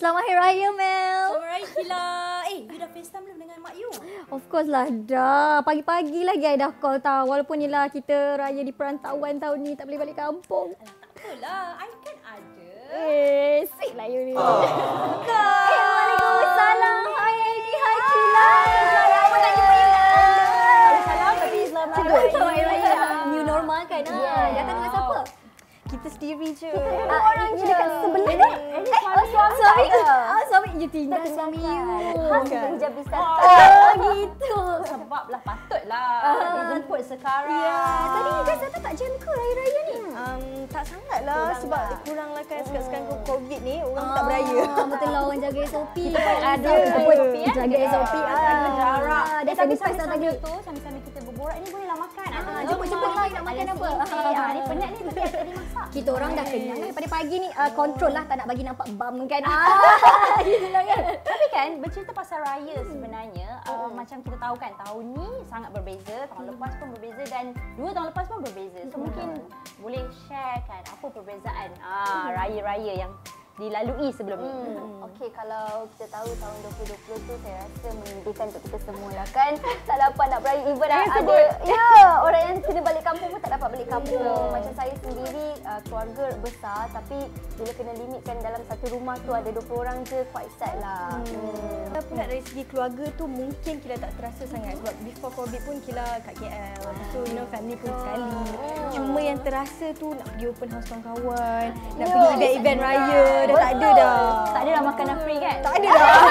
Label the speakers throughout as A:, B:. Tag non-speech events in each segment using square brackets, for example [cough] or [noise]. A: Selamat Hari Raya, Mel.
B: Alright, Kila. Eh, you dah FaceTime belum dengan mak you?
A: Of course lah, dah. Pagi-pagi lagi I dah call tau. Walaupun ni lah kita raya di perantauan tahun ni, tak boleh balik kampung.
B: Alah, tak apalah. I kan ada.
A: Eh, sweet lah you ni. Eh, Waalaikumsalam. Hai, Aini. Hai, Kila. Lama tak jumpa you.
B: Salam, tapi selamat
A: Cikgu, Selamat Hari Raya. New normal kan? ah?
B: Yeah.
A: Datang dengan siapa?
C: Kita sendiri je.
A: Ah, ni dekat sebelah ni. Eh, oh, suami. Suami. Ah, suami. You tinggal
C: Tinggalkan.
A: suami you.
C: Hang kita hijab bisata.
A: Oh, gitu.
B: Sebab lah patutlah. Dia jemput sekarang.
A: Ah, Tadi you guys datang tak jam ke Raya Raya ni?
C: Um, tak sangat lah
B: Kurang
C: sebab
B: lah.
C: kurang lah kan sekarang sekarang COVID ni orang tak beraya.
A: Ah, betul lah orang jaga SOP. Kita
B: pun ada
A: kita pun
B: SOP, eh.
A: jaga SOP.
C: ah.
B: Jaga jarak.
A: Ah, Dah
B: Eh, tapi
A: sampai pas dah tadi.
B: sambil-sambil tu, sambil-sambil kita berborak ni bolehlah makan. Ada
A: Ah,
B: rumah.
A: jemput jemput lah you nak makan
B: Ada
A: apa.
B: si Ipeh.
A: Ah.
B: Ah, Ni penat ni tapi ada tadi masak.
A: Kita orang dah kenyang kan daripada pagi ni ah, kontrol lah tak nak bagi nampak bam kan. Ah, gitu lah kan.
B: Tapi kan bercerita pasal raya
D: Hmm.
B: sebenarnya uh, macam kita tahu kan tahun ni sangat berbeza, tahun
D: Hmm.
B: lepas pun berbeza dan dua tahun lepas pun berbeza. So mungkin boleh share kan apa perbezaan ah
D: Hmm.
B: raya-raya yang dilalui sebelum ni.
C: Okey, kalau kita tahu tahun 2020 tu saya rasa menyedihkan untuk kita semua lah kan. Tak dapat nak beraya even dah ada ya, orang yang kena balik kampung pun tak dapat balik kampung.
A: Ya.
C: Macam saya sendiri uh, keluarga besar tapi bila kena limitkan dalam satu rumah tu ada 20 orang je quite sad lah. Hmm.
D: Kita pula dari segi keluarga tu mungkin Kila tak terasa sangat sebab before Covid pun Kila kat KL. Lepas tu you know family pun sekali. Cuma yang terasa tu nak pergi open house kawan-kawan, nak pergi event-event raya dah tak ada dah.
B: Tak ada dah makanan free kan?
D: Tak ada dah.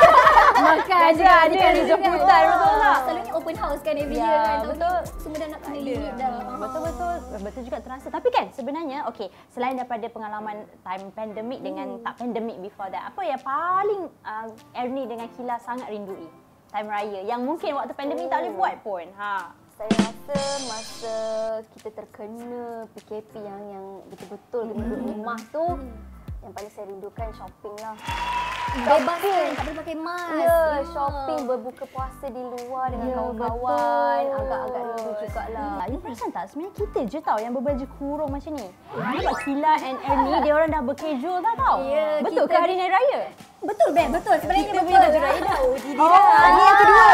A: Makan je kan
B: ada jemputan, betul lah.
A: Selalunya open house kan every
B: Ya,
A: year kan. Tahun ni
B: betul.
A: semua dah nak kena limit dah.
B: Betul-betul betul juga terasa. Tapi kan sebenarnya okey, selain daripada pengalaman time pandemic
C: Hmm.
B: dengan tak pandemic before that, apa yang paling uh, Ernie dengan Kila sangat rindui? Time raya yang mungkin waktu pandemik tak boleh buat pun. Ha.
C: Oh. Saya rasa masa kita terkena PKP yang yang betul-betul
B: Hmm.
C: kena duduk rumah tu
A: Hmm.
C: yang paling saya rindukan shopping lah.
A: Bebas kan, tak boleh pakai mask.
C: Ya, shopping berbuka puasa di luar dengan
B: Ya,
C: kawan-kawan
B: betul.
C: agak-agak rindu jugalah.
B: Ah, You perasan tak sebenarnya kita je tau yang berbaju kurung macam ni. Nampak Kila and Ernie dia orang dah berkejul dah tau.
A: Ya,
B: Betul
A: kita
B: ke hari Hari Raya?
A: Betul Beb, betul. Sebenarnya
D: Kita
A: betul.
D: punya baju raya dah OTD dah.
A: Ah,
D: Ni
A: ni
D: yang kedua.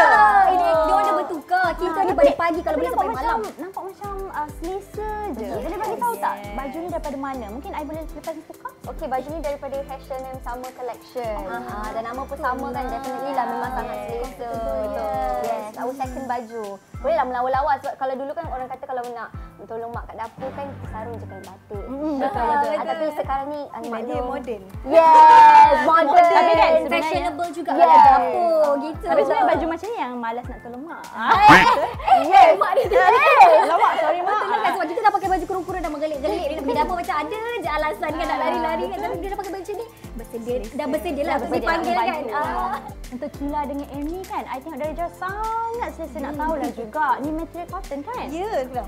A: Ini dia orang dah bertukar. Kita
B: Ah,
A: daripada pagi kalau boleh
B: Tapi
A: sampai
B: nampak
A: malam.
B: Macam, nampak macam uh, selesa
D: Hmm,
B: je. Boleh bagi tahu tak baju ni daripada mana? Mungkin I boleh lepas buka?
C: Okey, baju ni daripada Fashion and Summer Collection. Ah, dan nama pun sama kan, definitely lah memang sangat selesa. Yes, our second baju. Boleh lah melawa-lawa sebab kalau dulu kan orang kata kalau nak tolong mak kat dapur kan sarung je kain batik. Mm, betul, betul. Ah, tapi sekarang ni ah,
D: Sebab Dia
C: maklum.
D: modern.
C: Yes, modern.
B: Tapi kan sebenarnya-
A: Fashionable juga
C: Yes.
A: lah dapur gitu. Ah, eh,
B: Tapi sebenarnya baju macam ni yang malas nak Eh, tolong mak.
A: yes. mak dia tu. Eh,
D: Lawak sorry mak.
A: Betul kan sebab kita dah pakai baju kurung-kurung dah menggelik-gelik dia nak pergi dapur macam ada je alasan kan nak lari-lari kan tapi dia dah pakai baju ni bersedia dah bersedia lah untuk dipanggil kan. Ah.
B: Untuk Kila dengan Ernie kan, I tengok dari jauh sangat selesa
C: Ya.
B: nak tahu lah juga. Ni material cotton kan?
D: Ya, Kila.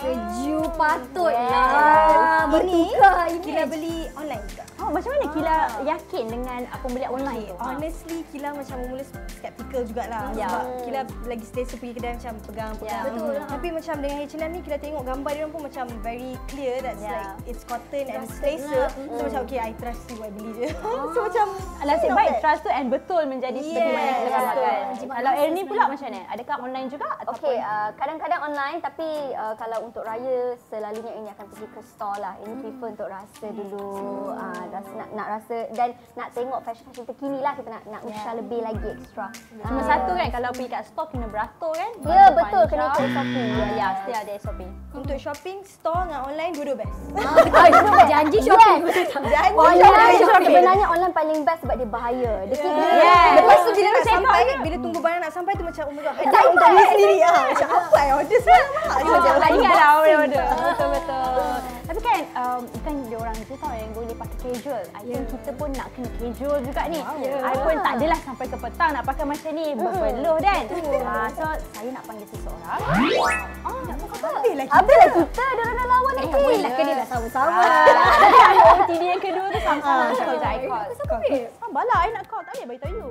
A: Sejuk patut lah. Bertukar ini.
D: Kila beli online juga.
B: Oh, macam mana Kila
C: Ah.
B: yakin dengan uh, pembelian online
C: Ya,
B: tu? Ha.
D: Honestly, Kila macam mula skeptical jugalah
B: Ya.
D: yeah. sebab Kila lagi selesa pergi kedai macam pegang-pegang.
B: Ya, betul
D: Tapi macam dengan H&M ni Kila tengok gambar dia orang pun macam very clear that's
B: Ya. Hmm.
D: like it's cotton and it's selesa. So macam okay, I trust you, [laughs] I beli je. so macam
B: Ah, Nasib baik trust tu and betul menjadi Oh.
C: Ya,
B: seperti
D: Yes,
B: mana kita
C: betul.
B: gambarkan.
A: Jimat
B: Kalau
A: rasa
B: Ernie pula macam mana? Adakah online juga ataupun?
C: Okey, uh, kadang-kadang online tapi uh, kalau untuk raya selalunya ini akan pergi ke store lah. Ini prefer untuk rasa dulu, uh, rasa nak nak rasa dan nak tengok fashion-fashion terkini lah kita nak
B: Ya.
C: nak usaha lebih lagi extra.
B: Cuma
C: Ah.
B: satu kan kalau pergi kat store kena beratur kan?
C: Ya, betul, kena ikut
B: SOP. Ya, still ada SOP.
D: untuk shopping, store dengan online dua-dua
B: [laughs]
D: best. ya,
A: Janji shopping.
D: Janji
C: Online
D: shopping.
C: shopping. Sebenarnya online paling best sebab dia bahaya. Dia yeah. kira.
B: Yes.
D: Lepas tu bila
B: Kena
D: nak
B: check out
D: sampai,
B: je.
D: bila tunggu barang nak sampai tu macam oh my god, tak tak sendiri ah. Macam apa I order
B: [laughs]
D: semalam ah. So, macam
B: Tak ingat lah orang order. Betul-betul. Tapi kan, um, bukan dia orang je tau yang boleh pakai casual. I think
C: Ya.
B: kita pun nak kena casual juga ni. I pun tak adalah sampai ke petang nak pakai macam ni. Berpeluh kan? Ah, so, saya nak panggil seseorang. Oh, nak
D: habis lah kita.
C: Apalah kita dia orang dah lawan nak
A: Boleh lah kan dia dah sama-sama.
B: Ah,
D: Ah.
B: Ada OTD yang kedua tu sama-sama macam kita I call. Sabarlah, lah, I nak call. Tak boleh beritahu you.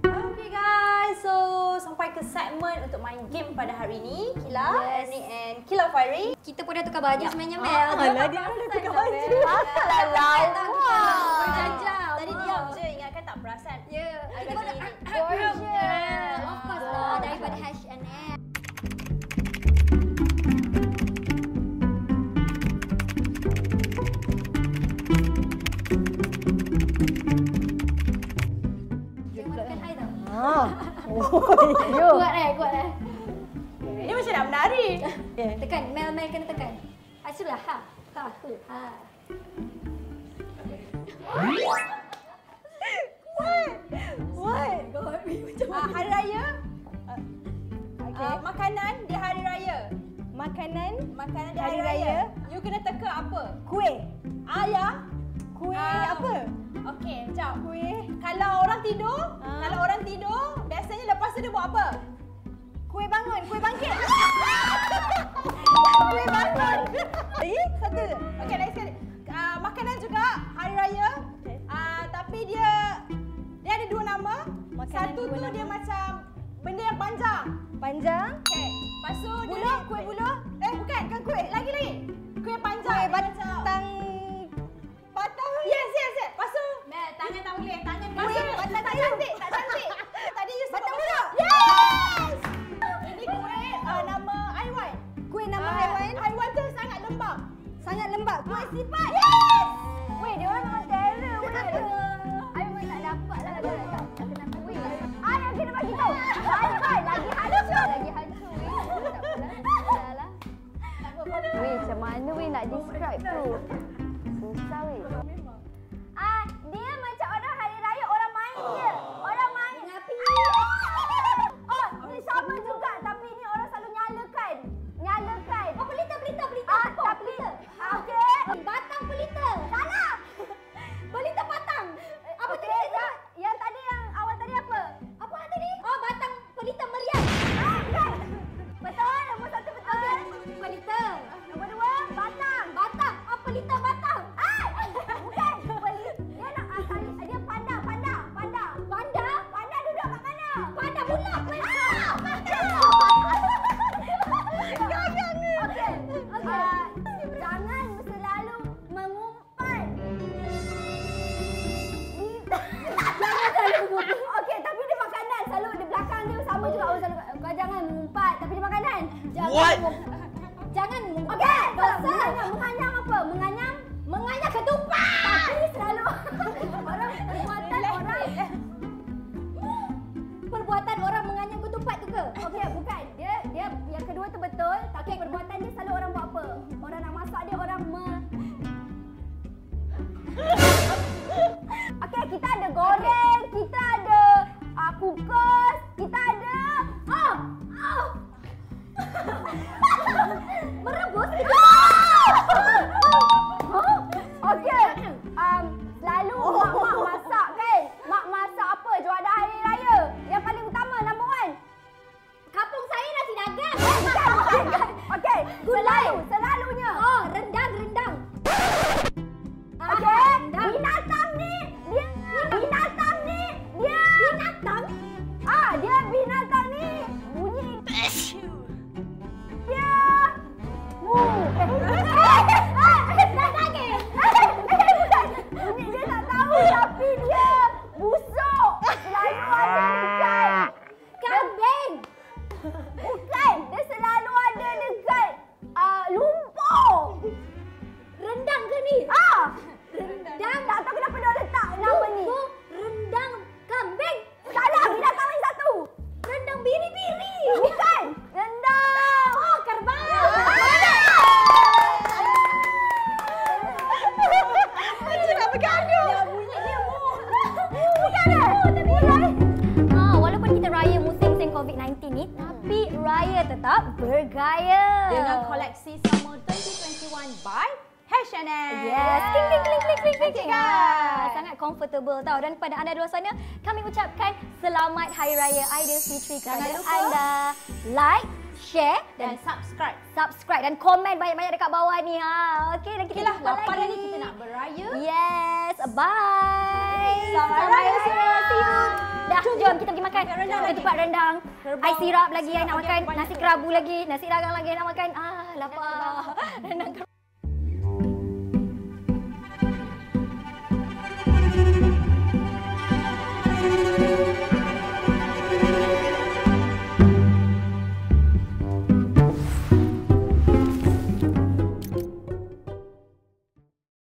B: Okay guys, so sampai ke segmen untuk main game pada hari ini. Kila, yes. Ernie and Kila Fairi.
A: Kita pun dah tukar baju sebenarnya Mel.
D: Alah, dia pun dah tukar baju.
A: Alah lawa. Berjajah.
B: Tadi diam je, ingatkan tak perasan.
A: Ya. Kita kau nak
B: [laughs]
C: Gorgeous. Ah,
A: Of course lah daripada hash and M. Jangan makan air tau. kan
B: Ah.
D: Ah.
C: Oh.
A: Kuat eh, kuat eh.
B: Ini macam nak
A: [laughs]
B: menari.
C: Eh.
A: Tekan, Mel Mel kena tekan. Asyik lah, ha, ha, hu, ha.
D: What?
B: Ah, hari raya. Okay.
D: Okay.
B: makanan di hari raya.
D: Makanan
B: Ah, Makanan di
D: Hari
B: hari, raya.
D: raya.
B: You kena teka apa?
D: kuih.
B: Ayah.
D: Kuih
B: Ah.
D: apa?
B: Okey, jap.
D: Kuih
B: Kalau orang tidur, kalau orang tidur, biasanya lepas tu dia buat apa?
D: kuih bangun, kuih
B: [laughs]
D: bangkit. kuih bangun. Eh, satu.
B: Okey, lain sekali. Uh, makanan juga hari raya.
D: Okey.
B: Uh, tapi dia dia ada dua nama.
D: Makanan
B: Satu
D: dua
B: tu
D: nama.
B: dia macam benda yang panjang.
D: Panjang.
B: Okey. Lepas tu dia kuih buluh. Eh, bukan, kan kuih. Lagi lagi. Kuih panjang.
D: Kuih
B: dia macam
D: batang.
B: Patah. Yes, yes, yes. Lepas tu Mel, tangan tak boleh. Tangan Kuih patah tak cantik, tak cantik.
D: [laughs]
B: Tadi you sebut
D: Batang
B: patah.
D: budak.
B: Yes! Ini kuih uh, nama Aiwan.
D: Kuih nama
B: Ah,
D: haiwan.
B: Aiwan tu sangat lembab. Ah.
D: Sangat lembab. Kuih sifat.
B: Yes!
C: Weh, dia orang memang terror benda tu. Ai pun tak dapat lah kalau tak tak kena kuih. Ai yang kena bagi tahu. Ai kan lagi hancur. Lagi hancur weh. Tak [laughs] apalah. Dah lah. Weh, macam mana weh nak describe tu? Susah weh. Ah, dia macam orang hari raya orang main je. Orang main. Ngapi. Oh, ni sama juga tapi ni orang selalu nyalakan. Nyalakan. Oh, pelita pelita pelita. Ah, tak pelita. Ah, okey. Batang pelita. [laughs] Salah. pelita batang. Apa okay, tadi? Eh, Yang, yang tadi yang awal tadi apa? Apa tadi? Oh, batang pelita meriam. Ah, kan. Betul, nombor satu betul. Okay. Pelita. Nombor dua, batang. Batang. Oh, pelita batang. Ah, bukan. Pelita. Dia nak asal dia panda, panda, panda. Panda? Panda duduk kat mana? Panda pula. Ah, panda. Gagang ni. Okey. Okey. Ah, jangan selalu mengumpan. Okey, tapi dia makanan. Selalu di belakang dia sama juga orang selalu kau jangan mengumpat tapi dia makanan. Jangan
E: What?
C: meng- Jangan mengumpat. Okey, pasal menganyam apa? Menganyam menganyam ketupat. Tapi selalu [laughs] orang perbuatan orang perbuatan orang menganyam ketupat tu ke? Okey, bukan. Dia dia yang kedua tu betul, tapi perbuatan dia selalu orang buat apa? Orang nak masak dia orang me Okey, kita ada goreng, kita ada uh, kukus, kita ada oh, oh. Ah! Merebus. Huh? Okey. Um, Ah! lalu mak-mak masak kan? Mak masak apa? Juadah hari raya. Yang paling utama number one. Kampung saya nasi dagang. Eh, bukan, bukan, bukan. [laughs] Okey. Selalu, selalunya. Oh, rendang, rendang. Ah, Okey. Binatang ni, dia binatang ni, dia binatang. Ah, dia binatang ni bunyi dia. Wuh. Eh, eh, eh, eh, dah sakit. Eh, eh, eh, bukan. Bunyi dia tak tahu tapi dia busuk. Selalu ada dekat. Kambing. Bukan. Dia selalu ada dekat uh, lumba. eh? Ah,
B: Koleksi Summer 2021 by H&M.
C: Yes. Kling, kling, kling, kling, kling, kling, kling. Ah, Sangat comfortable tau. Dan kepada anda di luar sana, kami ucapkan selamat Hari Raya Aidilfitri kepada
B: Jangan lupa.
C: anda. Like, share
B: Dan
C: dan
B: subscribe.
C: subscribe dan komen banyak-banyak dekat bawah ni. Ha. Okey, dan kita
B: Okeylah,
C: jumpa
B: lapar dah
C: lagi.
B: ni kita nak beraya.
C: Yes, bye.
B: Selamat Raya semua.
C: See you. Dah, jom kita pergi makan.
B: rendang
C: Kita
B: lagi.
C: Ketupat rendang.
B: Kerbau.
C: Ais sirap lagi yang nak
B: Sirap lagi
C: makan.
B: aku banyak
C: Nasi kerabu lagi. Nasi dagang lagi yang nak makan. Ah, lapar. Rendang kerbau.